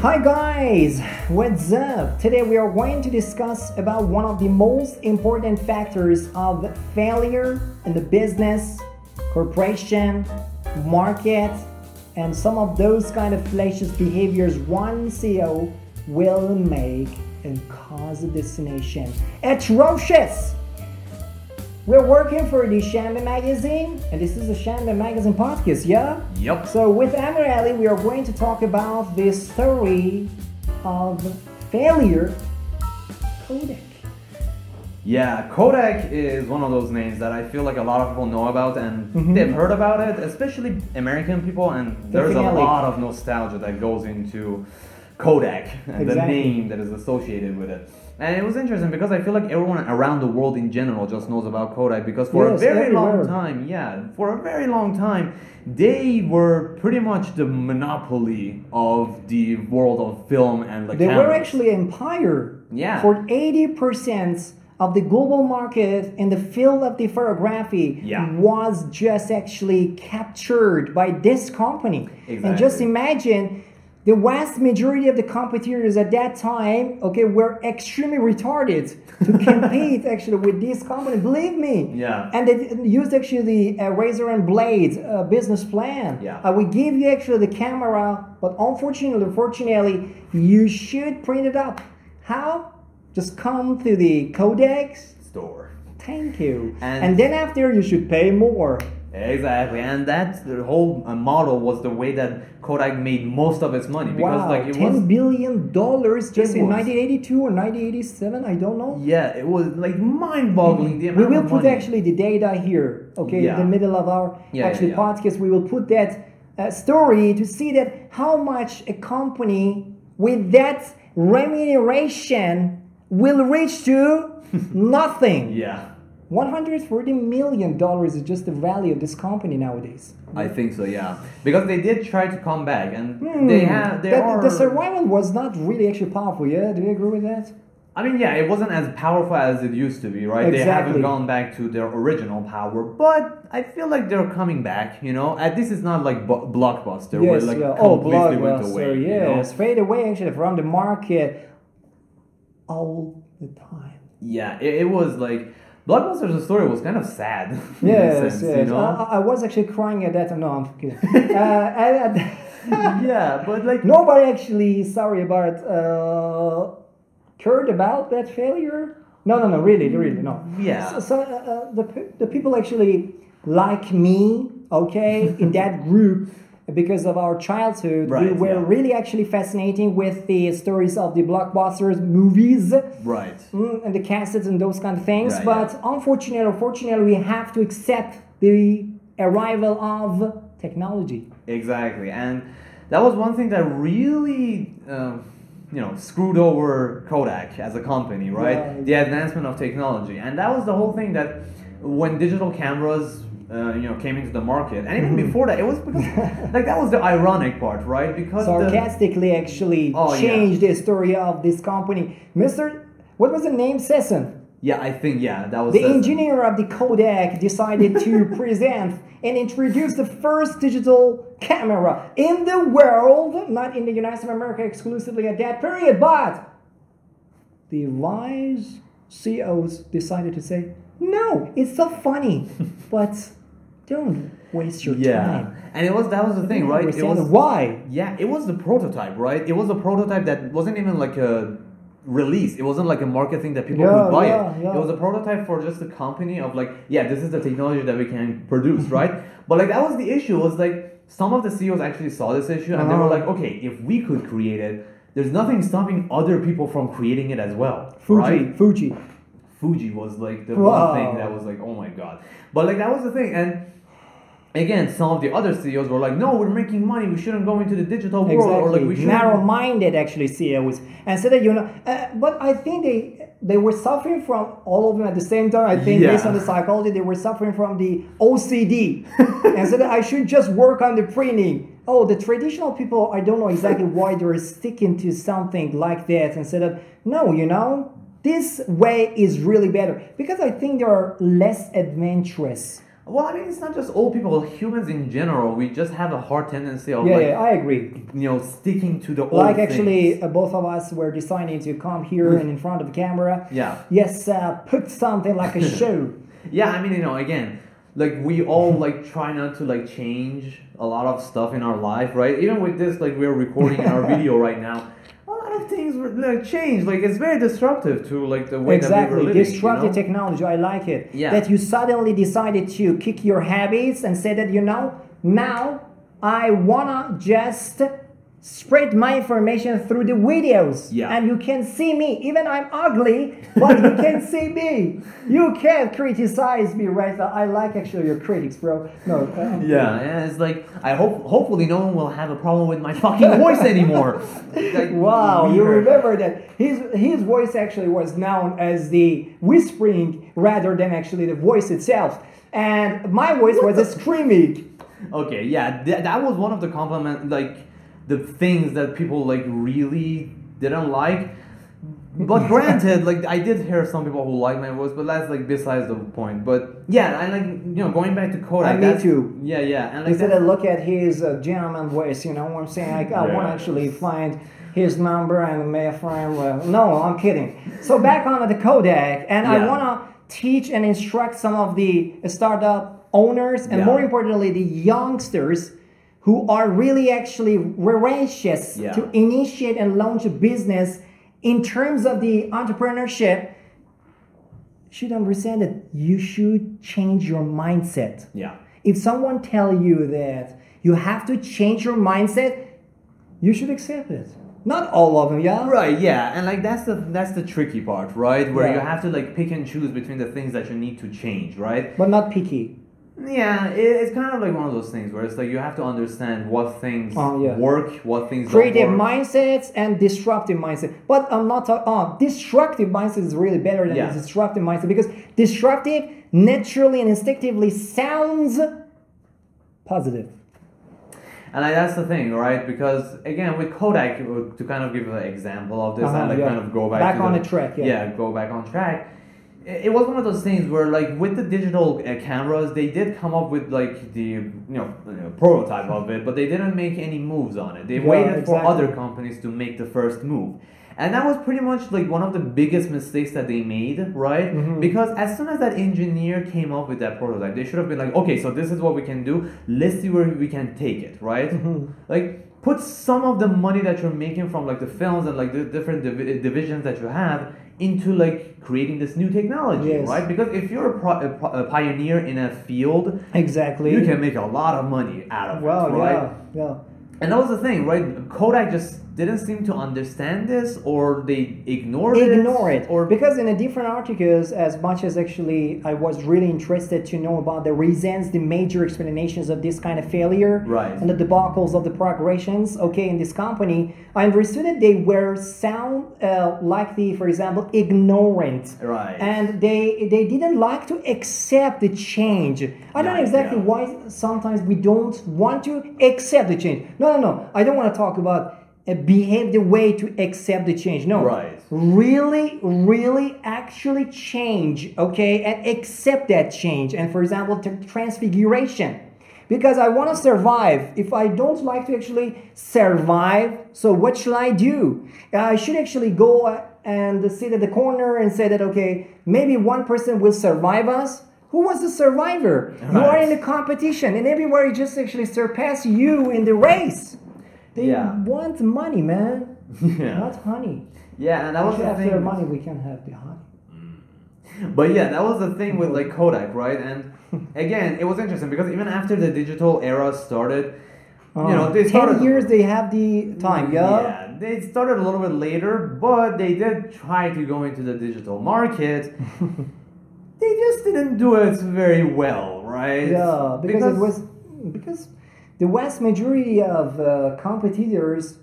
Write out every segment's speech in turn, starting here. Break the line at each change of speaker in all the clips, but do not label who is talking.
Hi guys, what's up? Today we are going to discuss about one of the most important factors of failure in the business, corporation, market, and some of those kind of fallacious behaviors one CEO will make and cause the destination atrocious. We're working for the Shambi magazine, and this is the Shambi magazine podcast, yeah?
Yep.
So with Amirelli, we are going to talk about the story of failure Kodak.
Yeah, Kodak is one of those names that I feel like a lot of people know about and they've heard about it, especially American people, and there's a
Mm-hmm. Definitely.
lot of nostalgia that goes into Kodak and the
Exactly.
name that is associated with it. And it was interesting because I feel like everyone around the world in general just knows about Kodak because for
Yes,
a very
everywhere.
long time, yeah, for a very long time, they were pretty much the monopoly of the world of film and like
They were
cameras.
actually empire
Yeah.
for 80% of the global market in the field of the photography
Yeah.
was just actually captured by this company. And just
Exactly.
imagine the vast majority of the competitors at that time, okay, were extremely retarded to compete actually with this company, believe me.
Yeah.
And they used actually the uh, razor and blade uh, business plan.
Yeah.
I will give you actually the camera, but unfortunately, fortunately, you should print it up. How? Just come to the codex.
store.
Thank you.
And-
and then after, you should pay more.
Exactly, and that the whole uh, model was the way that Kodak made most of its money because
wow,
like it
ten
was
billion dollars just in
was.
1982 or 1987. I don't know.
yeah, it was like mind-boggling. The
We
amount
will
of
put
money.
actually the data here, okay, in
Yeah.
the middle of our
Yeah,
actually
yeah, yeah.
podcast. We will put that uh, story to see that how much a company with that remuneration will reach to nothing.
yeah,
140 million dollars is just the value of this company nowadays.
I think so. Yeah, because they did try to come back, and they have they
Hmm, That-
are.
The survival was not really actually powerful. Yeah, do you agree with that?
I mean, yeah, it wasn't as powerful as it used to be, right? They
Exactly.
haven't gone back to their original power, but I feel like they're coming back. You know, at least it's not like bu- blockbuster where
Yes,
like
yeah. Oh,
completely
blockbuster.
went away. you know?
yes, fade away actually from the market all the time.
Yeah, it, it was like Blockbuster's story was kind of sad. in a
Yes,
sense,
yes. Uh,
You know?
I, I- I was actually crying at that. No, I'm kidding. uh, I- I-
yeah, but like
nobody actually sorry about uh, cared about that failure. No, no, no. Really, really, no.
Yeah.
So, so uh, uh, the pe- the people actually like me, okay, in that group. Because of our childhood, we
Right,
were
yeah.
really actually fascinating with the stories of the blockbusters movies.
right.
Mm, and the cassettes and those kind of things.
Right,
but unfortunately or fortunately, we have to accept the arrival of technology.
Exactly, and that was one thing that really, um, you know, screwed over Kodak as a company, right?
Yeah.
The advancement of technology, and that was the whole thing that when digital cameras. Uh, you know, came into the market, and
Mm-hmm.
even before that, it was because like that was the ironic part, right? Because the,
Sarcastically, actually
Oh, yeah.
changed the story of this company. Mr. What was the name? Sesson.
yeah, I think yeah, that was
The
the-
engineer of the Kodak decided to present and introduce the first digital camera in the world, not in the United States of America exclusively at that period, but the wise CEOs decided to say, no, it's so funny, but don't waste your
yeah,
time.
and it was that was the thing, right? It
Understand
was
why?
Yeah, it was the prototype, right? It was a prototype that wasn't even like a release. It wasn't like a market thing that people
Yeah,
could buy
yeah,
it.
yeah.
It was a prototype for just the company of like, yeah, this is the technology that we can produce, right? But like that was the issue. Was like some of the CEOs actually saw this issue and they were
Uh-huh.
like, okay, if we could create it, there's nothing stopping other people from creating it as well,
Fuji,
right?
Fuji.
Fuji was like the
Wow.
one thing that was like, oh my god. But like that was the thing, and again, some of the other CEOs were like, no, we're making money, we shouldn't go into the digital world, or like we
Exactly.
shouldn't.
Narrow-minded, actually, CEOs, and so that you know. Uh, but I think they they were suffering from all of them at the same time. I think
Yeah.
based on the psychology, they were suffering from the OCD, and so that I should just work on the printing. Oh, the traditional people, I don't know exactly why they're sticking to something like that instead of no, you know. This way is really better because I think they are less adventurous.
Well, I mean, it's not just old people. Humans in general, we just have a hard tendency of
Yeah,
like,
yeah, I agree.
you know, sticking to the old.
Like
things.
actually, uh, both of us were deciding to come here and in front of the camera.
Yeah.
Yes, uh, put something like a show.
Yeah, I mean, you know, again, like we all like try not to like change a lot of stuff in our life, right? Even with this, like we're recording our video right now. A lot of things were like changed. Like it's very disruptive to like the way that we were
Exactly,
living.
disruptive
you know?
technology. I like it.
Yeah.
That you suddenly decided to kick your habits and say that you know now I wanna just spread my information through the videos.
Yeah.
And you can see me, even I'm ugly, but you can see me. You can criticize me, right? now. I like actually your critics, bro. No. uh,
Yeah, yeah, it's like I hope. Hopefully, no one will have a problem with my fucking voice anymore. Like,
Wow, you
weird.
remember that his his voice actually was known as the whispering rather than actually the voice itself, and my voice was a screaming.
Okay, yeah, th- that was one of the compliment like the things that people like really didn't like. But granted, like I did hear some people who like my voice, but that's like besides the point. But yeah, I like you know going back to Kodak.
Uh, me
that's-
too.
Yeah, yeah, and like
Instead
that-
of look at his uh, gentleman voice, you know what I'm saying? Like I want to
Yeah.
actually find his number and my friend. Well, uh, no, I'm kidding. So back on the Kodak, and I
Yeah.
want to teach and instruct some of the startup owners and
Yeah.
more importantly the youngsters who are really actually voracious
Yeah.
to initiate and launch a business in terms of the entrepreneurship should understand that you should change your mindset
yeah,
if someone tell you that you have to change your mindset you should accept it not all of them yeah
right, yeah, and like that's the that's the tricky part, right? Where you
Yeah.
have to like pick and choose between the things that you need to change, right?
but not picky
Yeah, it, it's kind of like one of those things where it's like you have to understand what things
Oh, yeah.
work, what things
creative
don't work.
mindsets and disruptive mindset but i'm not talking oh, destructive mindset is really better than
Yeah.
disruptive mindset because disruptive naturally and instinctively sounds positive
And like, that's the thing, right? Because again, with Kodak, uh, to kind of give an example of this
Uh-huh,
and like
yeah.
kind of go back
Back
to
on the track, yeah.
go back on track. It it was one of those things where, like, with the digital uh, cameras, they did come up with like the you know uh, prototype of it, but they didn't make any moves on it. They
Yeah,
waited for
exactly.
other companies to make the first move. And that was pretty much like one of the biggest mistakes that they made, right?
Mm-hmm.
Because as soon as that engineer came up with that prototype, they should have been like, okay, so this is what we can do. Let's see where we can take it, right?
Mm-hmm.
Like, put some of the money that you're making from like the films and like the different divi- divisions that you have into like creating this new technology,
Yes.
right? Because if you're a, pro- a, pro- a pioneer in a field,
exactly
you can make a lot of money out of
well
it, right?
yeah yeah
And that was the thing, right? Kodak just didn't seem to understand this, or they ignored it.
ignore it
Or
because in the different articles as much as actually i was really interested to know about the reasons the major explanations of this kind of failure
Right.
and the debacles of the progressions okay in this company i understood that they were sound uh, like the for example ignorant
Right.
and they they didn't like to accept the change i don't know
Yeah,
exactly
yeah.
why sometimes we don't want to accept the change no no no i don't want to talk about uh, behave the way to accept the change no
Right.
really really actually change okay and accept that change and for example t- transfiguration because i want to survive if i don't like to actually survive so what should i do Uh, i should actually go uh, and sit at the corner and say that okay maybe one person will survive us who was the survivor you are
Right.
in a competition and everybody just actually surpass you in the race they
Yeah.
want money man
yeah,
not honey
yeah, and that was
Actually,
the
after
thing.
money, we can have the honey.
But yeah, that was the thing with like Kodak, right? And again, it was interesting because even after the digital era started, you know, they started
ten years they have the
Mm,
time. Yeah.
Yeah, they started a little bit later, but they did try to go into the digital market. they just didn't do it very well, right?
Yeah, because, it was because the vast majority of uh, competitors,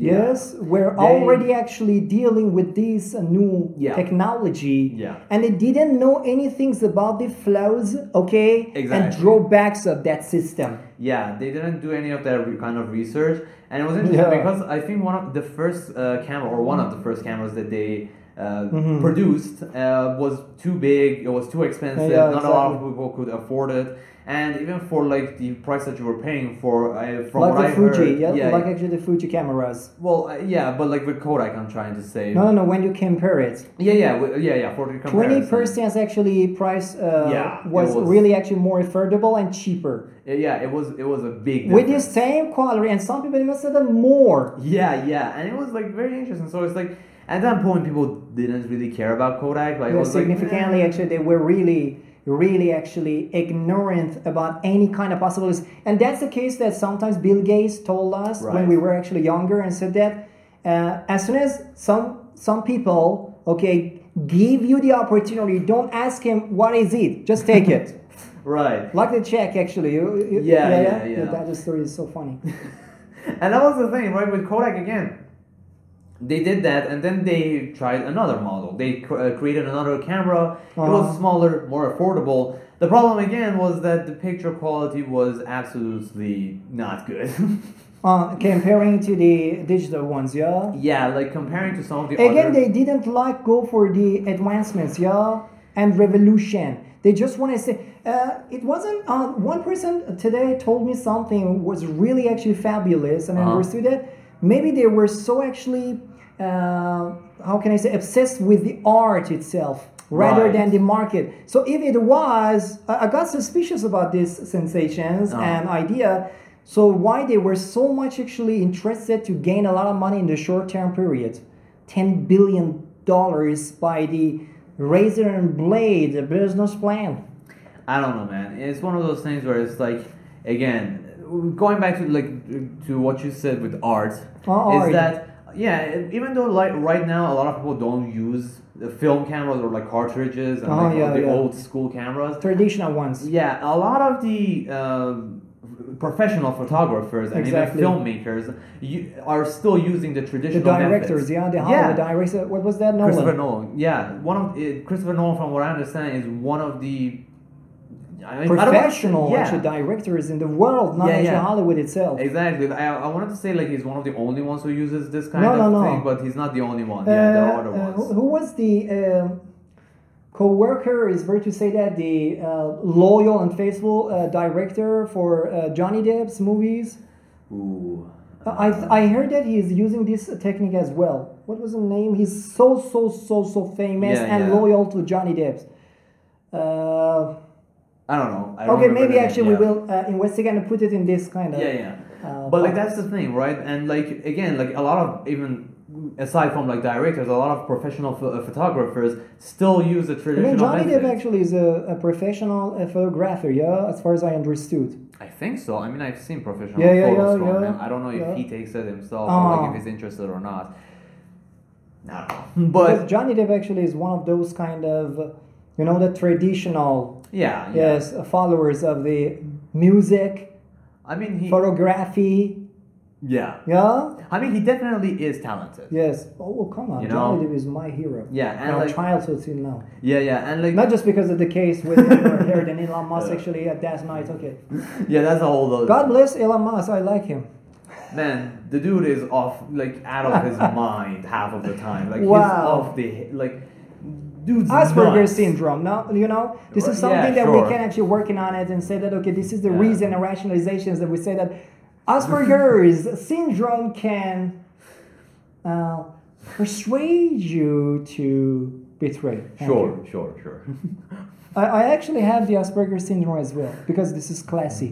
Yeah.
yes, were
They-
already actually dealing with this uh, new
Yeah.
technology,
Yeah.
and they didn't know anything about the flaws, okay, and
Exactly.
drawbacks of that system.
Yeah, they didn't do any of that re- kind of research, and it was interesting
Yeah.
because I think one of the first uh, camera or one of the first cameras that they uh,
Mhm.
produced uh, was too big. It was too expensive.
Yeah,
Not a lot of people could afford it. And even for like the price that you were paying for, uh, from
like
what
the
I
Fuji,
heard,
yeah,
yeah,
like actually the Fuji cameras.
well, uh, yeah, but like with Kodak, I'm trying to say,
No, no, no. When you compare it,
yeah, yeah, w- yeah, yeah, for the comparison,
twenty percent actually price uh,
Yeah, it
was,
was-
really actually more affordable and cheaper
yeah, it was it was a big
with the
difference.
same quality, and some people even said that more.
Yeah, yeah, and it was like very interesting. So it's like at that point, people didn't really care about Kodak. Like, it
Yeah,
was like,
significantly
"Eh."
actually they were really really actually ignorant about any kind of possibilities and that's the case that sometimes bill gates told us when
Right.
we were actually younger and said that uh, as soon as some some people okay give you the opportunity don't ask him what is it just take it
right.
like the check actually you, you-
Yeah, yeah, yeah.
that story is so funny
and that was the thing, right? With Kodak again, they did that, and then they tried another model. They cr- uh, created another camera. It
Uh-huh.
was smaller, more affordable. The problem again was that the picture quality was absolutely not good.
uh, comparing to the digital ones yeah
yeah, like comparing to some of the
Again,
other.
they didn't like go for the advancements, yeah, and revolution. They just want to say uh, it wasn't. Uh, one person today told me something was really actually fabulous, and I
Uh-huh.
understood that. Maybe they were so actually, uh, how can I say, obsessed with the art itself rather
Right.
than the market. So if it was, I I got suspicious about these sensations
Uh-huh.
and idea. So why they were so much actually interested to gain a lot of money in the short term period, ten billion dollars by the razor and blade business plan.
I don't know, man. It's one of those things where it's like, again, going back to like to what you said with art,
Oh,
is
art.
that yeah, even though like right now a lot of people don't use the film cameras or like cartridges and
Oh,
like
yeah,
the
yeah.
old school cameras,
Traditional ones.
yeah, a lot of the um, professional photographers and
Exactly.
even filmmakers you, are still using the
The
traditional
directors,
methods.
yeah, the
Yeah.
Hollywood director. What was that? Nolan.
Christopher Nolan. Yeah, one of uh, Christopher Nolan, from what I understand, is one of the I mean, I don't-
Professional
yeah.
actually directors in the world, not
Yeah,
actually
yeah.
Hollywood itself.
Exactly. I, I wanted to say like he's one of the only ones who uses this kind
No,
of
no, no.
thing, but he's not the only one. yeah, there are
Uh,
other
uh, who-
ones.
who was the um co-worker? Is fair to say that the uh, loyal and faithful uh, director for uh, Johnny Depp's movies?
Ooh.
Uh, I I heard that he is using this technique as well. What was the name? He's so so so so famous
Yeah,
and
yeah.
loyal to Johnny Depp. Uh,
I don't know. I don't
okay,
remember
maybe
the name,
actually
yeah.
we will uh, investigate and put it in this kind of.
Yeah, yeah.
Uh,
but like
podcast.
that's the thing, right? And like again, like a lot of even aside from like directors, a lot of professional ph- uh, photographers still use the
I mean,
traditional
Johnny Depp
methods.
actually is a, a professional uh, photographer, yeah, as far as I understood.
I think so. I mean, I've seen professional
Yeah, yeah,
photos
yeah,
from
yeah.
him. I don't know if
Yeah.
he takes it himself or
Ah.
like if he's interested or not. I don't know. But
Because Johnny Depp actually is one of those kind of, you know, the traditional
yeah, yeah.
yes followers of the music,
I mean, he.
photography,
Yeah.
yeah,
I mean, he definitely is talented.
yes. Oh well, come on,
You
Johnny
know?
Depp is my hero.
Yeah, and
From
like-
childhood till now,
Yeah, yeah, and like
not just because of the case with him or her, and Elon Musk
Yeah.
actually at that night. Okay,
yeah, that's a whole other
God bless Elon Musk. I like him.
man. The dude is off like out of his mind half of the time. Like he's
Wow.
off the like dude's
Asperger's
nuts.
syndrome. Now you know this is
Right. Yeah,
something that
sure.
we can actually working on it and say that okay, this is the
Yeah.
reason and rationalizations that we say that Asperger's syndrome can uh, persuade you to betray. Thank
Sure,
you.
sure, sure.
I, I actually have the Asperger's syndrome as well because this is classy.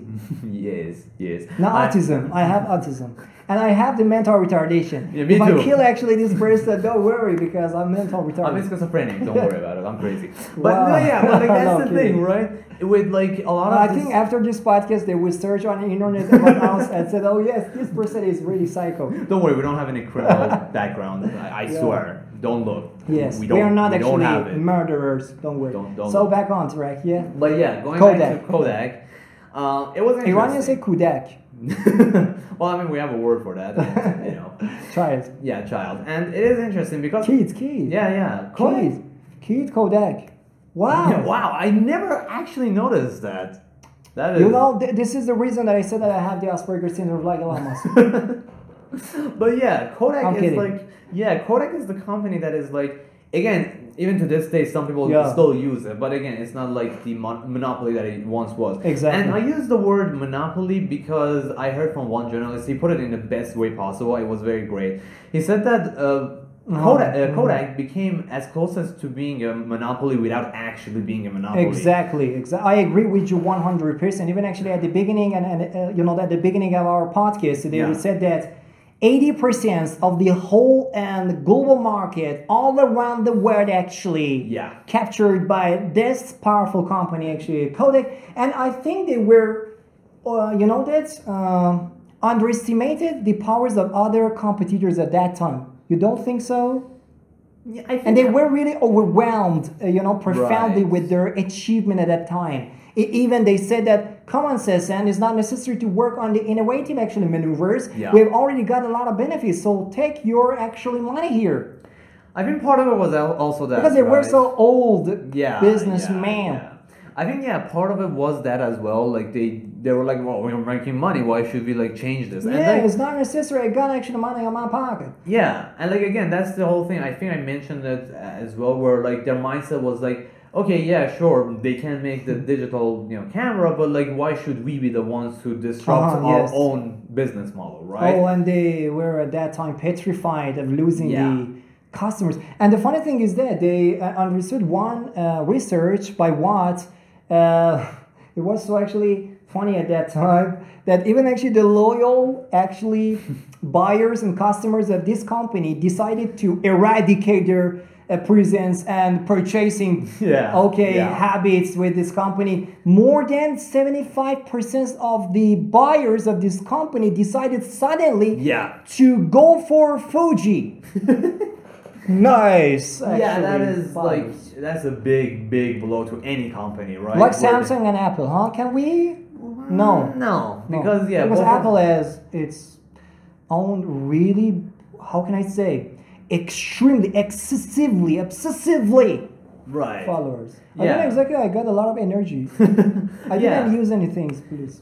yes, yes.
Now
Mm-hmm. I-
autism. I have autism. And I have the mental retardation.
Yeah, me
if I
too.
kill actually this person, don't worry because I'm mental retarded.
I'm a schizophrenic. Don't worry about it. I'm crazy. But
Wow.
no, yeah, but like
No,
that's the
kidding.
thing, right? With like a lot
Well,
of
I
this-
think after this podcast, they will search on the internet about us and said, "Oh yes, this person is really psycho."
Don't worry, we don't have any criminal background. I, I
Yeah.
swear. Don't look.
Yes,
we,
we,
don't,
are not
we
actually
Don't have it.
murderers. Don't worry.
Don't- don't
so
worry.
back on track. Yeah,
But yeah, going back
Kodak.
to Kodak, uh, it wasn't.
Iranians say Kudak.
well, I mean, we have a word for that, and, you know.
Try it.
Yeah, child, and it is interesting because
Kid, kid.
yeah, yeah,
kid, kid Kodak. Wow.
Yeah, wow, I never actually noticed that. That is.
You know, th- this is the reason that I said that I have the Asperger's syndrome, like Elon Musk.
but yeah, Kodak
I'm
is
kidding.
like yeah, Kodak is the company that is like Again, even to this day, some people
Yeah.
still use it, but again, it's not like the mon- monopoly that it once was.
Exactly.
And I use the word monopoly because I heard from one journalist. He put it in the best way possible. It was very great. He said that. Uh,
Uh-huh.
Kodak, uh, Kodak became as close as to being a monopoly without actually being a monopoly.
Exactly. Exa- I agree with you 100%. Even actually at the beginning, and, and uh, you know, at the beginning of our podcast, they
Yeah.
said that 80% of the whole and global market all around the world actually
Yeah.
captured by this powerful company, actually Kodak. And I think they were, uh, you know, that um underestimated the powers of other competitors at that time. You don't think so?
Yeah, I think
and they were really overwhelmed, uh, you know, profoundly
Right.
with their achievement at that time. E- even they said that common sense and it's not necessary to work on the innovative actually maneuvers.
Yeah.
We've already got a lot of benefits, so take your actually money here
I think part of it was al- also that
because they were
right?
so old
yeah
businessman.
yeah, yeah. I think yeah, part of it was that as well. Like they they were like, well, we're making money. Why should we like change this?
Yeah,
and like,
it's not necessary. I got actually money on my pocket.
yeah, and like again, that's the whole thing. I think I mentioned it as well, where like their mindset was like, okay, yeah, sure, they can make the digital you know camera, but like, why should we be the ones who disrupt
Uh-huh,
our
yes.
own business model, right?
Oh, and they were at that time petrified of losing
Yeah.
the customers. And the funny thing is that they uh, understood one uh, research by Watt. Uh, it was so actually funny at that time that even actually the loyal actually buyers and customers of this company decided to eradicate their uh, presence and purchasing
Yeah,
okay
yeah.
habits with this company. More than 75% of the buyers of this company decided suddenly
Yeah.
to go for Fuji. nice.
yeah, that
actually,
is
buyers.
like that's a big, big blow to any company, right?
like
Where-
Samsung and Apple, huh? Can we? No.
no,
No.
because yeah,
because
both of-
Apple has its own really how can I say extremely excessively obsessively
right.
followers. I
Yeah.
don't know exactly I got a lot of energy. I
Yeah.
didn't use any things, please.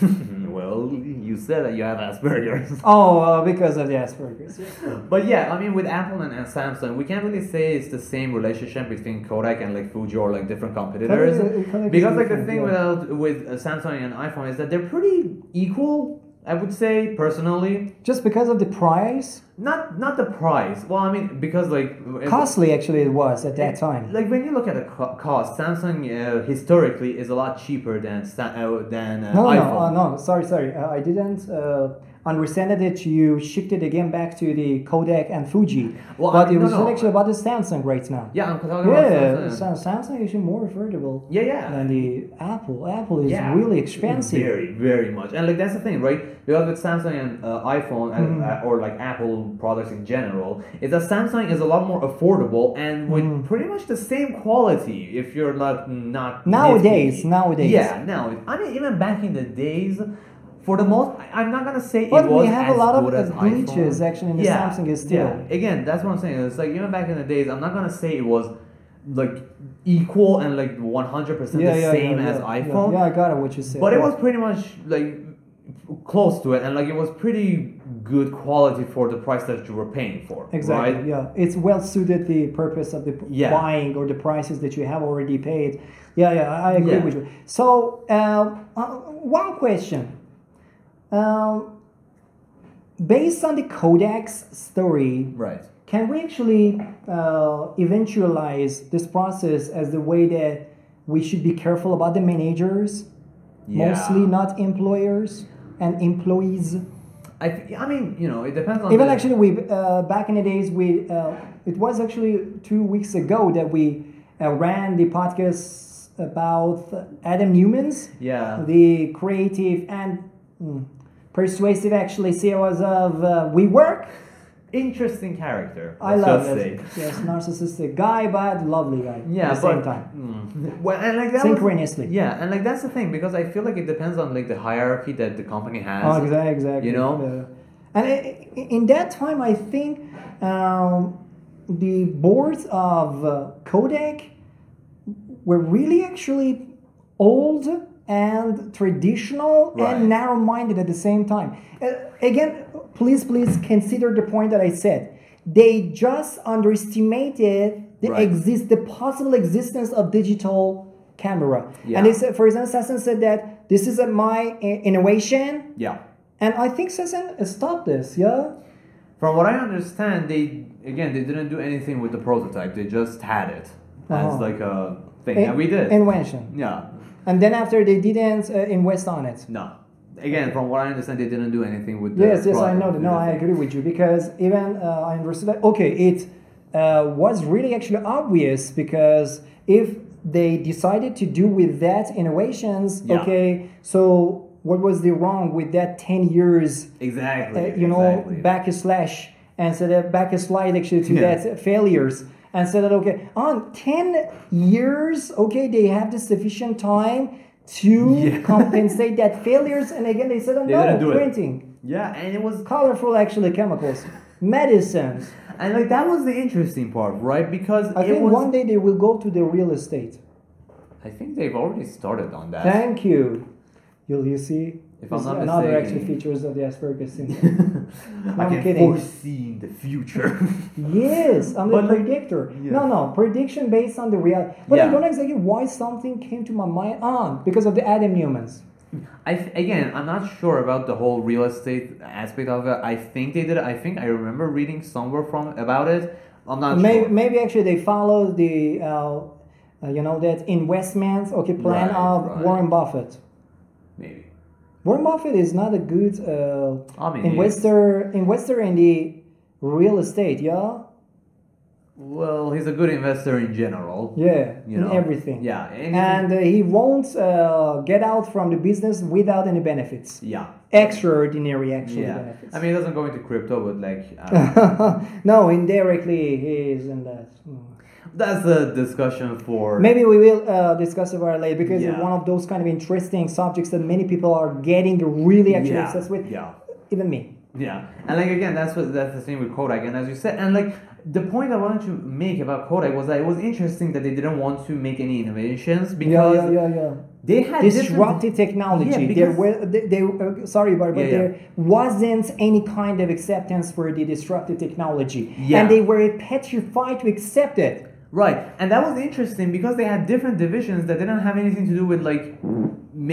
well, you said that you have Asperger's.
Oh, uh, because of the Asperger's.
But yeah, I mean, with Apple and, and Samsung, we can't really say it's the same relationship between Kodak and like Fuji or like different competitors.
Kodak- Kodak is
because like the
different,
thing
yeah.
without with uh, Samsung and iPhone is that they're pretty equal. I would say personally,
Just because of the price,
not not the price. Well, I mean, because like it-
costly actually it was at that time.
Like when you look at the co- cost, Samsung uh, historically is a lot cheaper than Sa- uh, than uh,
No, no, no,
iPhone.
uh, no. Sorry, sorry. Uh, I didn't uh, understand that you shifted again back to the Kodak and Fuji.
Well,
but
I mean,
it
no,
was
no.
actually about the Samsung right now.
Yeah, I'm talking about
Yeah,
Samsung.
Sam- Samsung is actually more affordable
yeah, yeah.
than the Apple. Apple is
Yeah.
really expensive.
Very, very much. And like that's the thing, right? Because with Samsung and uh, iPhone and
Mm-hmm.
uh, or like Apple products in general, is that Samsung is a lot more affordable and with
Mm-hmm.
pretty much the same quality. If you're not not
Nowadays,
nitpicky.
nowadays.
Yeah, now I mean even back in the days. For the most, I- I'm not gonna say
But
it
we
was
have a
as
lot of
good as
glitches
iPhone.
actually in the Samsung is still.
yeah. Again, that's what I'm saying. It's like even back in the days, I'm not gonna say it was like equal and like 100 percent the same as
yeah,
iPhone.
Yeah, I got it. What you said.
But it
Yeah.
was pretty much like close to it, and like it was pretty good quality for the price that you were paying for.
Exactly.
Right?
Yeah, it's well suited the purpose of the p-
Yeah.
buying or the prices that you have already paid. Yeah, yeah, I I agree
Yeah.
with you. So, um, uh, one question. Um, based on the Kodak's story,
Right.
can we actually uh, eventualize this process as the way that we should be careful about the managers,
Yeah.
mostly not employers and employees?
I, th- I mean, you know, it depends on.
Even
the-
actually, we uh, back in the days, we uh, it was actually two weeks ago that we uh, ran the podcast about Adam Newman's,
Yeah.
the creative and mm, persuasive actually CEOs of uh, WeWork.
Interesting character.
I
let's
love
just
it.
say.
Yes, narcissistic guy, but lovely guy
Yeah,
at the
but,
same time.
Mm. well, and like that was-
Synchronously.
yeah, and like that's the thing because I feel like it depends on like the hierarchy that the company has.
Oh, exactly, exactly.
you know?
Yeah. and i- i- in that time, I think um, the boards of uh, Kodak were really actually old and traditional
Right.
and narrow-minded at the same time. Uh, again, please, please consider the point that I said. They just underestimated the
Right.
exist the possible existence of digital camera.
Yeah.
And they said, for example, Sassen said that this is uh, my uh, innovation,
Yeah.
and I think Sassen stopped this. Yeah.
From what I understand, they again they didn't do anything with the prototype. They just had it as
Uh-huh.
like a thing that we did.
Invention.
yeah.
And then after they didn't uh, invest on it.
No. Again, from what I understand, they didn't do anything with. The
Yes, yes, I
product.
know.
They
that. No,
didn't-
I agree with you because even uh, I understood that. Okay, it uh, was really actually obvious because if they decided to do with that innovations,
Yeah.
okay, so what was the wrong with that ten years?
Exactly.
Uh, you know,
exactly.
backslash and so that backslide actually to
Yeah.
that failures and so that okay on 10 years okay they have the sufficient time to
Yeah.
compensate that failures and again they said oh,
didn't
no
do it.
printing
Yeah, and it was
colorful actually chemicals medicines
and like that was the interesting part, right? Because
i
it
think
was.
one day they will go to the real estate
I think they've already started on that.
thank you you'll you see
If I'm
this is
not
another
mistaken-
actually features of the asperger's syndrome
I
I'm
can
kidding.
foresee the future.
Yes, I'm the
But, like,
predictor.
yeah.
No, no, prediction based on the reality. But I
Yeah.
don't know exactly why something came to my mind on because of the Adam Newmans.
I th- again, I'm not sure about the whole real estate aspect of it. I think they did. it. I think I remember reading somewhere from about it. I'm not
Maybe,
sure.
maybe actually they follow the, uh, uh, you know, that investments okay plan
Right,
of
right.
Warren Buffett.
Maybe.
Warren Buffett is not a good uh,
I mean, he-
investor. Investor in the real estate, yeah,
Well, he's a good investor in general.
yeah,
You
in
know.
everything.
Yeah. And,
And uh, he won't uh, get out from the business without any benefits.
yeah.
Extraordinary, actually,
Yeah.
benefits.
I mean, he doesn't go into crypto, but like. uh, I don't know.
no, indirectly he is in that. Mm.
That's a discussion for.
Maybe we will uh, discuss it later because it's
Yeah.
one of those kind of interesting subjects that many people are getting really actually
yeah,
obsessed with,
Yeah.
even me.
Yeah, and like again, that's what that's the thing with Kodak, and as you said, and like the point I wanted to make about Kodak was that it was interesting that they didn't want to make any innovations
Yeah,
because
yeah, yeah, yeah.
they had different-
Disruptive technology.
Yeah,
there
because-
were, they, they, uh, sorry, but, but
Yeah, yeah.
there wasn't any kind of acceptance for the disruptive technology,
Yeah.
and they were petrified to accept it.
Right, and that was interesting because they had different divisions that didn't have anything to do with like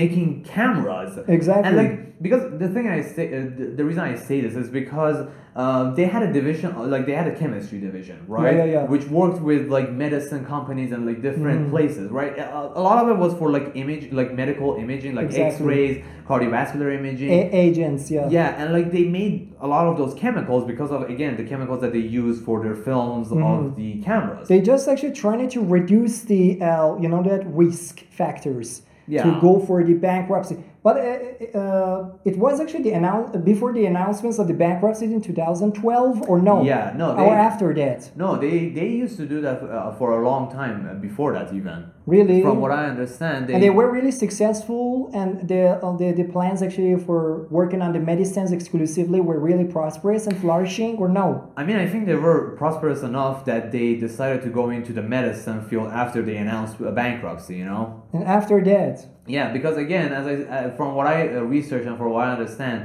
making cameras.
Exactly.
And like because the thing I say, uh, the- the reason I say this is because um, they had a division, uh, like they had a chemistry division, right?
yeah, yeah. Mm-hmm.
Which worked with like medicine companies and like different places, right? A, a lot of it was for like image, like medical imaging, like
Exactly. Eh, uh.
X-rays, cardiovascular imaging.
A- agents, yeah.
Yeah, and like they made a lot of those chemicals because of again the chemicals that they use for their films of the cameras.
Mm-hmm. They just actually trying to reduce the uh, you know that risk factors to
Yeah.
go for the bankruptcy. But uh, uh, it was actually the announce before the announcements of the bankruptcy in 2012 or no?
Yeah, no, they-
or after that,
No, they they used to do that uh, for a long time uh, before that even.
really.
From what I understand, they,
and they were really successful, and the, uh, the the plans actually for working on the medicines exclusively were really prosperous and flourishing. Or no,
I mean, I think they were prosperous enough that they decided to go into the medicine field after they announced a bankruptcy. You know.
and after that,
Yeah, because again, as I uh, from what I uh, research and from what I understand,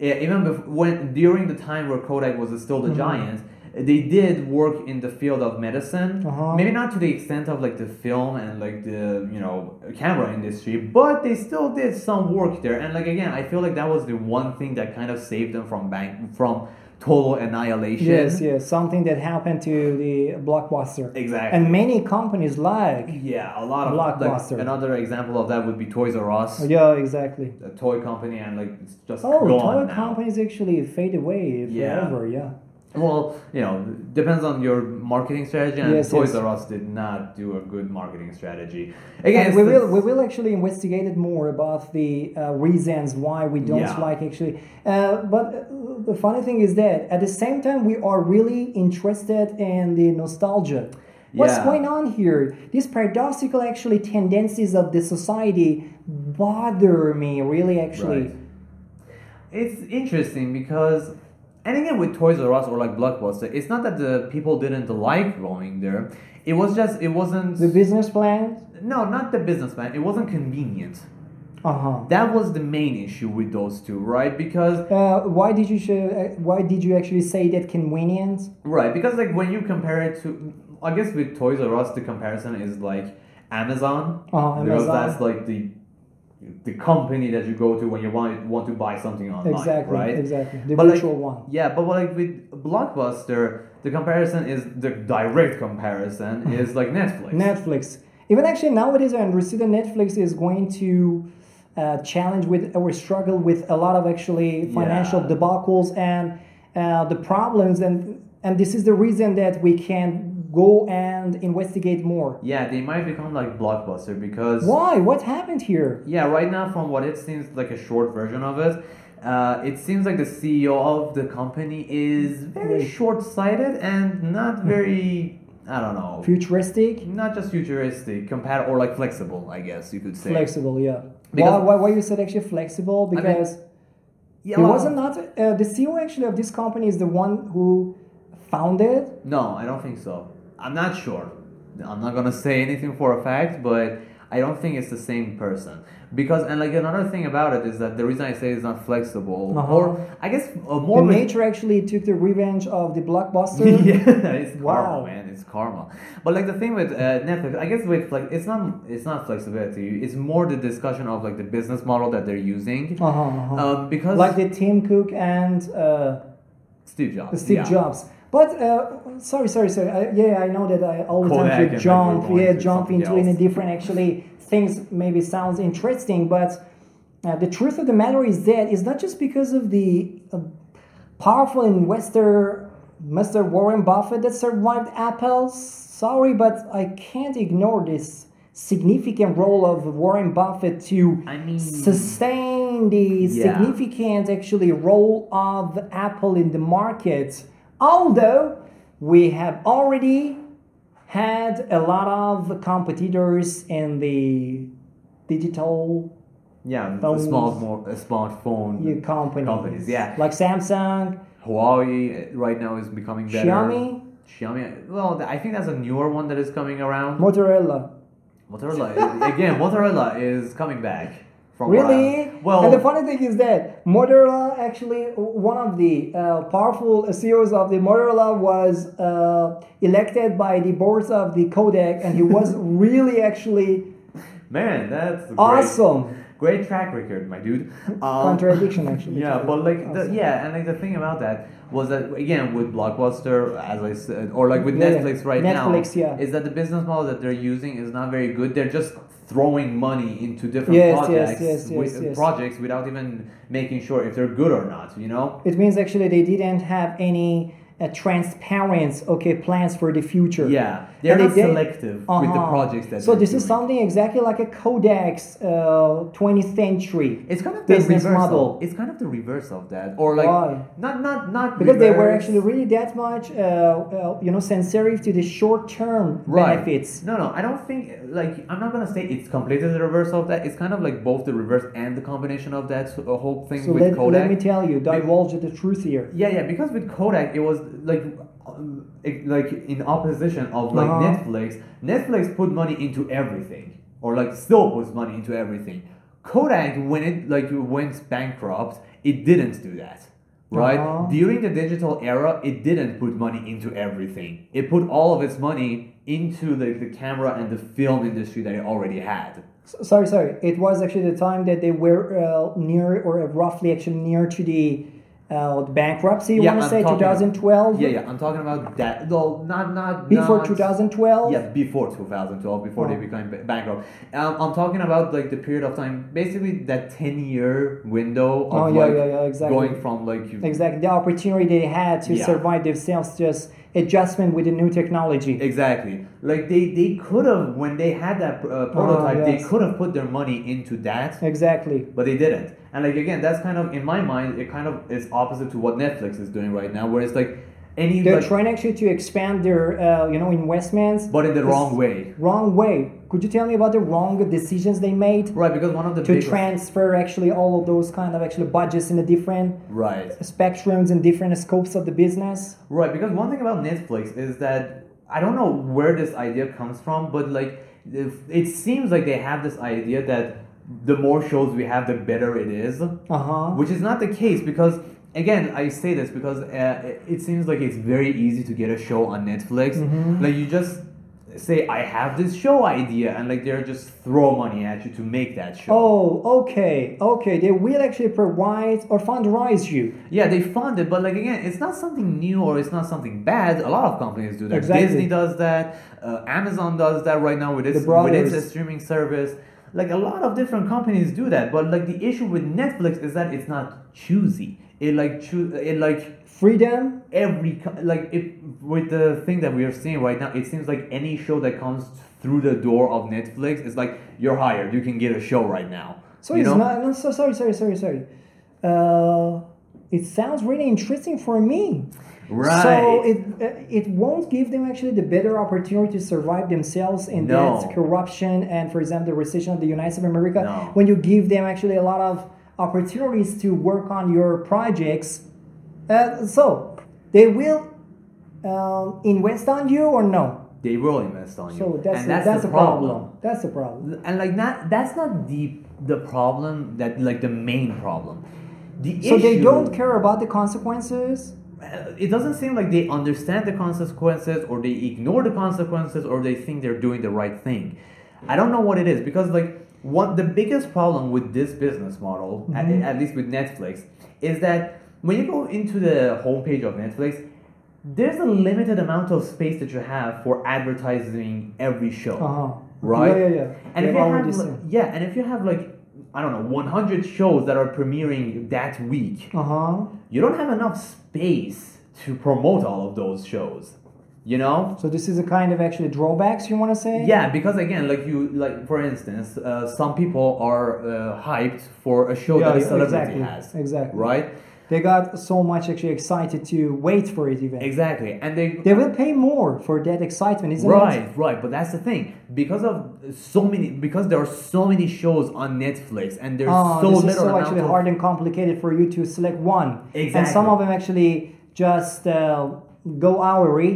e- even bef- when during the time where Kodak was still
Mm-hmm.
the giant, they did work in the field of medicine.
Uh-huh.
Maybe not to the extent of like the film and like the you know camera industry, but they still did some work there. And like again, I feel like that was the one thing that kind of saved them from bank from total annihilation.
yes, yes, something that happened to the blockbuster,
Exactly.
and many companies like
yeah, a lot of like,
Blockbuster. Oh,
another example of that would be Toys R Us.
Uh, Yeah, exactly.
a toy company and like it's just
Oh,
gone
toy
now.
companies actually fade away
Yeah.
forever. Yeah.
Well, you know, depends on your marketing strategy. And
Yes,
Toys
yes.
R Us did not do a good marketing strategy. Again,
we
it's the-
will we will actually investigate it more about the uh, reasons why we don't
Yeah.
like actually. Uh, but uh, the funny thing is that at the same time we are really interested in the nostalgia. What's
Yeah.
going on here? These paradoxical actually tendencies of the society bother me really actually.
Right. it's interesting because, and again, with Toys R Us or like Blockbuster, it's not that the people didn't like going there. It was just it wasn't
The business plan.
no not the businessman. It wasn't convenient.
Uh huh.
That was the main issue with those two, right? Because
Uh, why did you show, uh, why did you actually say that convenience?
Right, because like when you compare it to I guess with Toys R Us, the comparison is like Amazon,
Oh,
because
Amazon.
that's like the the company that you go to when you want want to buy something online,
exactly,
right?
exactly. The
But, like,
virtual one.
Yeah, but what, like with Blockbuster, the comparison is the direct comparison is like Netflix.
Netflix. Even actually nowadays, I understood that Netflix is going to uh, challenge with or struggle with a lot of actually financial
Yeah.
debacles and uh, the problems, and and this is the reason that we can go and investigate more.
yeah, they might become like Blockbuster because
Why? What happened here?
yeah, right now from what it seems like a short version of it. Uh, it seems like the CEO of the company is very
Right.
short-sighted and not
Hmm.
very, I don't know,
Futuristic,
not just futuristic, compatible or like flexible, I guess you could say.
flexible. Yeah. Why,
Because-
why? Why you said actually flexible?
mean,
Because
yeah,
it
well,
wasn't not uh, the CEO actually of this company is the one who founded
No, I don't think so. I'm not sure. I'm not gonna say anything for a fact, but I don't think it's the same person. Because and like another thing about it is that the reason I say it's not flexible,
Uh-huh.
or I guess uh, more
The
with-
nature actually took the revenge of the blockbuster.
yeah, it's karma,
Mm-hmm. Wow.
man. It's karma. But like the thing with uh, Netflix, I guess with like it's not it's not flexibility. It's more the discussion of like the business model that they're using.
Uh-huh, uh-huh.
Um, because
like the Tim Cook and uh,
Steve Jobs.
Steve
yeah.
Jobs. But uh, sorry, sorry, sorry. I, yeah, I know that I all the
Kodak
time
and
should
like
jump,
we're going
yeah,
to
jump
something
into any
else.
different actually things. Maybe sounds interesting, but uh, the truth of the matter is that it's not just because of the uh, powerful investor, Mr. Warren Buffett, that survived Apple. Sorry, but I can't ignore this significant role of Warren Buffett to
I mean-
sustain the
Yeah.
significant actually role of Apple in the market. Although we have already had a lot of competitors in the digital
Yeah, the
Phones.
small more, uh, smartphone
your company.
companies. Yeah,
Like Samsung,
Huawei uh, right now is becoming better.
Xiaomi,
Xiaomi. Well, th- I think that's a newer one that is coming around.
Motorola.
Motorola is- again. Motorola is coming back from what
Really?
I-
and the
Well,
funny thing is that Motorola actually one of the uh, powerful CEOs of the Motorola was uh, elected by the boards of the Kodak, and he was really actually
man, that's great.
awesome.
Great track record, my dude. Um,
Contradiction, actually.
Yeah, but like, the,
Awesome.
yeah, and like the thing about that was that again with Blockbuster, as I said, or like with
Yeah, yeah.
Netflix right now,
Netflix, yeah.
is that the business model that they're using is not very good. They're just throwing money into different
Yes, yes,
projects,
yes,
with-
yes, yes.
projects without even making sure if they're good or not. You know.
It means actually they didn't have any uh, transparent okay plans for the future.
Yeah, they're
And
not
they did-
selective with the
Uh-huh.
projects that.
So
they're
this is
doing.
something exactly like a Kodak's uh, 20th century.
It's kind of the
business
reverse
model.
Of, it's kind of the reverse of that, or like
Why?
not not not
Because they were
reverse.
actually really that much, uh, uh, you know, sensitive to the short-term
Right.
benefits.
No, no, I don't think like I'm not gonna say it's completely the reverse of that. It's kind of like both the reverse and the combination of that so- uh, whole thing
So
with
let,
Kodak.
let me tell you, divulge the truth here.
yeah, yeah, because with Kodak it was like um, it- like in opposition of like
Uh-huh.
Netflix. Netflix put money into everything, or like still puts money into everything. Kodak when it like went bankrupt, it didn't do that. Right
Uh-huh.
during the digital era, it didn't put money into everything. It put all of its money into the, the camera and the film industry that it already had.
S- Sorry, sorry. It was actually the time that they were uh, near or roughly actually near to the uh, bankruptcy. You
Yeah,
want to
I'm
say
talking-
2012?
Yeah, yeah, I'm talking about that. Though not not
Before
not-
2012?
Yeah, before 2012, before they
Oh.
became ba- bankrupt. Um, I'm talking about like the period of time, basically that 10 year window of
Oh, yeah,
like
yeah, yeah, exactly.
going from like you-
Exactly. The opportunity they had to
Yeah.
survive themselves, just adjustment with the new technology.
exactly like they they could have when they had that uh, prototype,
Oh, yes.
they could have put their money into that.
Exactly.
But they didn't. And like again, that's kind of in my mind, it kind of is opposite to what Netflix is doing right now, where it's like any
They're
like,
trying actually to expand their, uh, you know, investments.
but in the
This-
wrong way.
Wrong way. Could you tell me about the wrong decisions they made
Right, because one of the
to
biggest-
transfer actually all of those kind of actually budgets in the different
right.
spectrums and different scopes of the business?
Right, because one thing about Netflix is that I don't know where this idea comes from, but like if, it seems like they have this idea that the more shows we have, the better it is,
Uh huh.
which is not the case because again, I say this because uh, it- it seems like it's very easy to get a show on Netflix. Like you just say, "I have this show idea," and like they're just throw money at you to make that show.
Oh, okay, okay. They will actually provide or fundraise you.
Yeah, they fund it, but like again, it's not something new or it's not something bad. A lot of companies do that.
Exactly.
Disney does that. Uh, Amazon does that right now with its
The
with its
brothers.
streaming service. Like a lot of different companies do that, but like the issue with Netflix is that it's not choosy. It like choose it like
Freedom?
every co- like if with the thing that we are seeing right now, it seems like any show that comes through the door of Netflix is like you're hired. You can get a show right now.
So
you
it's
know?
not. No, so sorry, sorry, sorry, sorry. Uh, it sounds really interesting for me.
right.
So it uh, it won't give them actually the better opportunity to survive themselves in
No.
that corruption and, for example, the recession of the United States of America.
No.
When you give them actually a lot of opportunities to work on your projects, uh, so they will um, invest on you or no?
they will invest on you.
So that's
and
the,
that's,
that's
the
a
problem.
problem. That's the problem.
and like not that's not the the problem that like the main problem the
So they
issue-
don't care about the consequences.
uh, it doesn't seem like they understand the consequences or they ignore the consequences or they think they're doing the right thing i don't know what it is because like what the biggest problem with this business model at,
Mm-hmm.
at least with netflix is that when you go into the homepage of netflix there's a limited amount of space that you have for advertising every show
Uh-huh.
right?
Yeah, yeah, yeah.
And
They've
if you
already
have,
seen.
like, yeah, and if you have like I don't know, 100 shows that are premiering that week,
Uh huh.
you don't have enough space to promote all of those shows. You know?
So this is a kind of actually drawbacks you want to say?
Yeah, because again, like you, like for instance, uh, some people are uh, hyped for a show
Yeah,
that a
yeah,
celebrity
exactly,
has,
exactly.
right?
They got so much actually excited to wait for it even.
Exactly, and they
They will pay more for that excitement, isn't it?
Right, right, but that's the thing. Because of so many, because there are so many shows on Netflix, and there's
Oh,
so
this
little
is so
amount
actually
of
hard and complicated for you to select one. And some
Exactly.
of them actually just uh, go hourly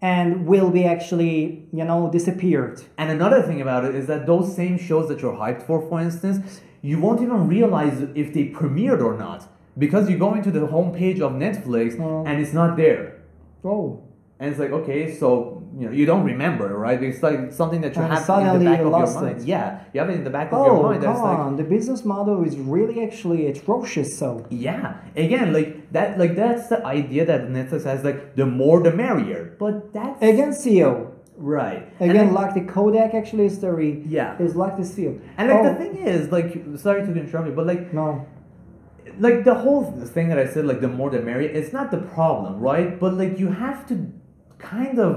and will be actually, you know, disappeared.
And another thing about it is that those same shows that you're hyped for, for instance, you won't even realize if they premiered or not because you go into the homepage of Netflix
Oh.
and it's not there.
Oh.
And it's like, okay, so you know you don't remember, right? It's like something that you
And
have in
suddenly
the back
you
of your
lost
mind.
it.
Yeah, you have it in the back of your
Oh,
mind. that
come
it's like,
on. The business model is really actually atrocious, so.
yeah, again, like that, like that's the idea that Netflix has. Like the more, the merrier. But that's
Again, CEO.
right. And
Again,
like-
like the Kodak actually story.
Yeah.
Is like the seal.
and like
oh,
the thing is, like, sorry to interrupt you, but like
No.
like the whole thing that I said, like the more the merrier, it's not the problem, right? But like you have to kind of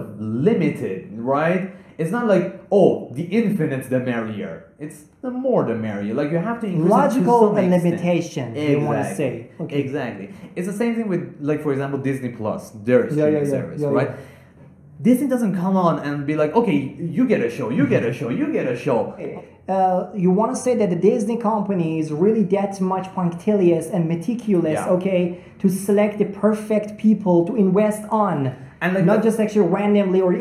limit it, right? It's not like oh, the infinite the merrier. It's the more the merrier. Like you have to increase
Logical
it to some extent.
limitation,
Exactly.
you want to say. Okay.
Exactly. It's the same thing with like for example Disney Plus, their
Yeah, yeah,
streaming
yeah,
service,
yeah, yeah.
right? Disney doesn't come on and be like, okay, you get a show, you get a show, you get a show.
Uh, you want to say that the Disney company is really that much punctilious and meticulous,
Yeah.
okay, to select the perfect people to invest on,
And like
not
the-
just actually randomly or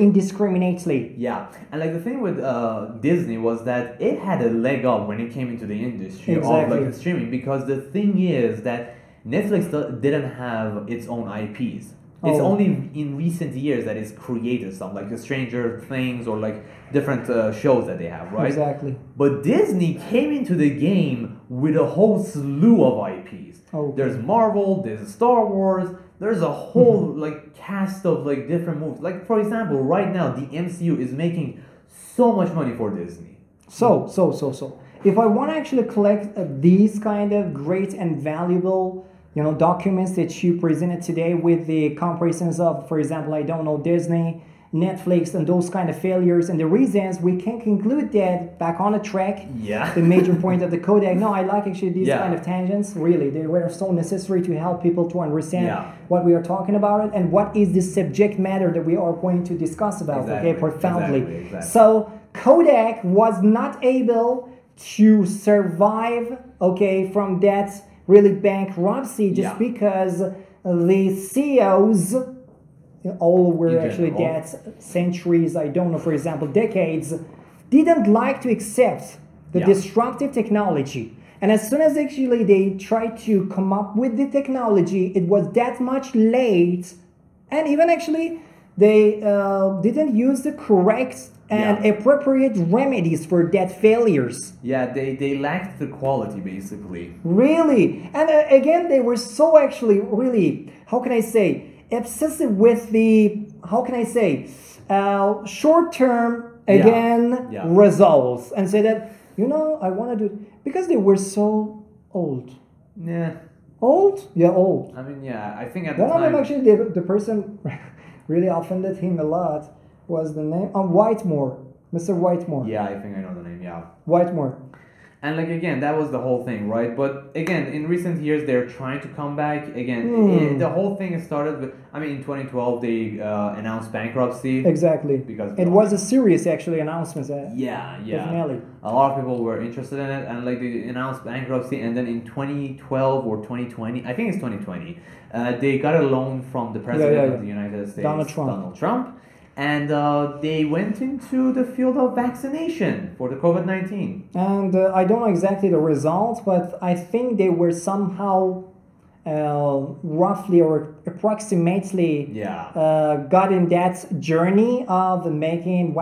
indiscriminately.
Yeah, and like the thing with uh, Disney was that it had a leg up when it came into the industry of
Exactly.
like the streaming because the thing is that Netflix do- didn't have its own IPs. It's
Oh.
only in recent years that it's created some like the Stranger Things or like different uh, shows that they have, right?
Exactly.
But Disney came into the game with a whole slew of IPs.
Okay.
There's Marvel, there's Star Wars, there's a whole like cast of like different movies. Like for example, right now the MCU is making so much money for Disney.
So, so, so, so. If I want to actually collect uh, these kind of great and valuable, you know, documents that you presented today with the comparisons of, for example, I don't know, Disney, Netflix, and those kind of failures and the reasons, we can conclude that back on the track.
Yeah.
The major point of the codec. No, I like actually these
Yeah.
kind of tangents. Really, they were so necessary to help people to understand
Yeah.
what we are talking about it and what is the subject matter that we are going to discuss about.
Exactly,
Okay, profoundly.
exactly, exactly.
So Kodak was not able to survive, okay, from that really bankruptcy just
Yeah.
because the CEOs all were
In
actually
general.
that centuries, I don't know, for example, decades, didn't like to accept the
Yeah.
disruptive technology. And as soon as actually they tried to come up with the technology, it was that much late. And even actually, they uh, didn't use the correct and
Yeah.
appropriate remedies for that failures.
Yeah, they, they lacked the quality basically.
Really? And uh, again, they were so actually really, how can I say, obsessive with the, how can I say, uh, short term, again,
yeah.
results. And say that, you know, I want to do, because they were so old.
Yeah,
Old? Yeah, old.
I mean, yeah, I think at the
One of them
time.
actually, the, the person really offended him a lot was the name, um, Whitemore, Mr. Whitemore.
Yeah, I think I know the name. Yeah.
Whitemore.
And like again, that was the whole thing, right? But again, in recent years, they're trying to come back. Again,
Hmm.
i- the whole thing started with. I mean, in 2012, they uh, announced bankruptcy.
Exactly.
Because-
it was a serious actually announcement. uh,
Yeah, yeah.
Definitely.
A lot of people were interested in it, and like they announced bankruptcy, and then in 2012 or 2020, I think it's 2020, uh, they got a loan from the president
yeah, yeah.
of the United States,
Donald Trump.
Donald Trump, and uh, they went into the field of vaccination for the COVID 19.
and uh, I don't know exactly the result, but I think they were somehow uh, roughly or approximately
Yeah.
uh, got in that journey of making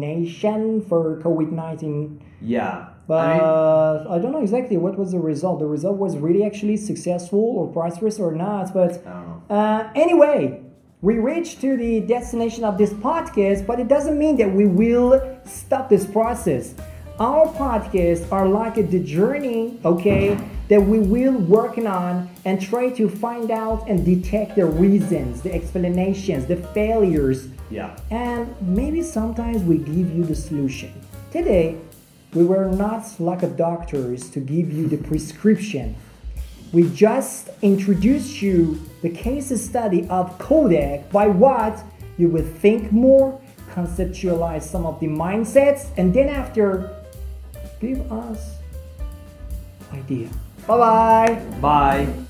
vaccination for COVID nineteen.
Yeah.
But
I mean-
I don't know exactly what was the result. The result was really actually successful or prosperous or not, but.
I don't know.
Uh, anyway, we reached to the destination of this podcast, but it doesn't mean that we will stop this process. Our podcasts are like the journey, okay, that we will working on and try to find out and detect the reasons, the explanations, the failures,
Yeah.
and maybe sometimes we give you the solution. Today, we were not like a doctors to give you the prescription. We just introduced you the case study of Kodak by what you will think more, conceptualize some of the mindsets, and then after, give us idea. Bye bye.
Bye.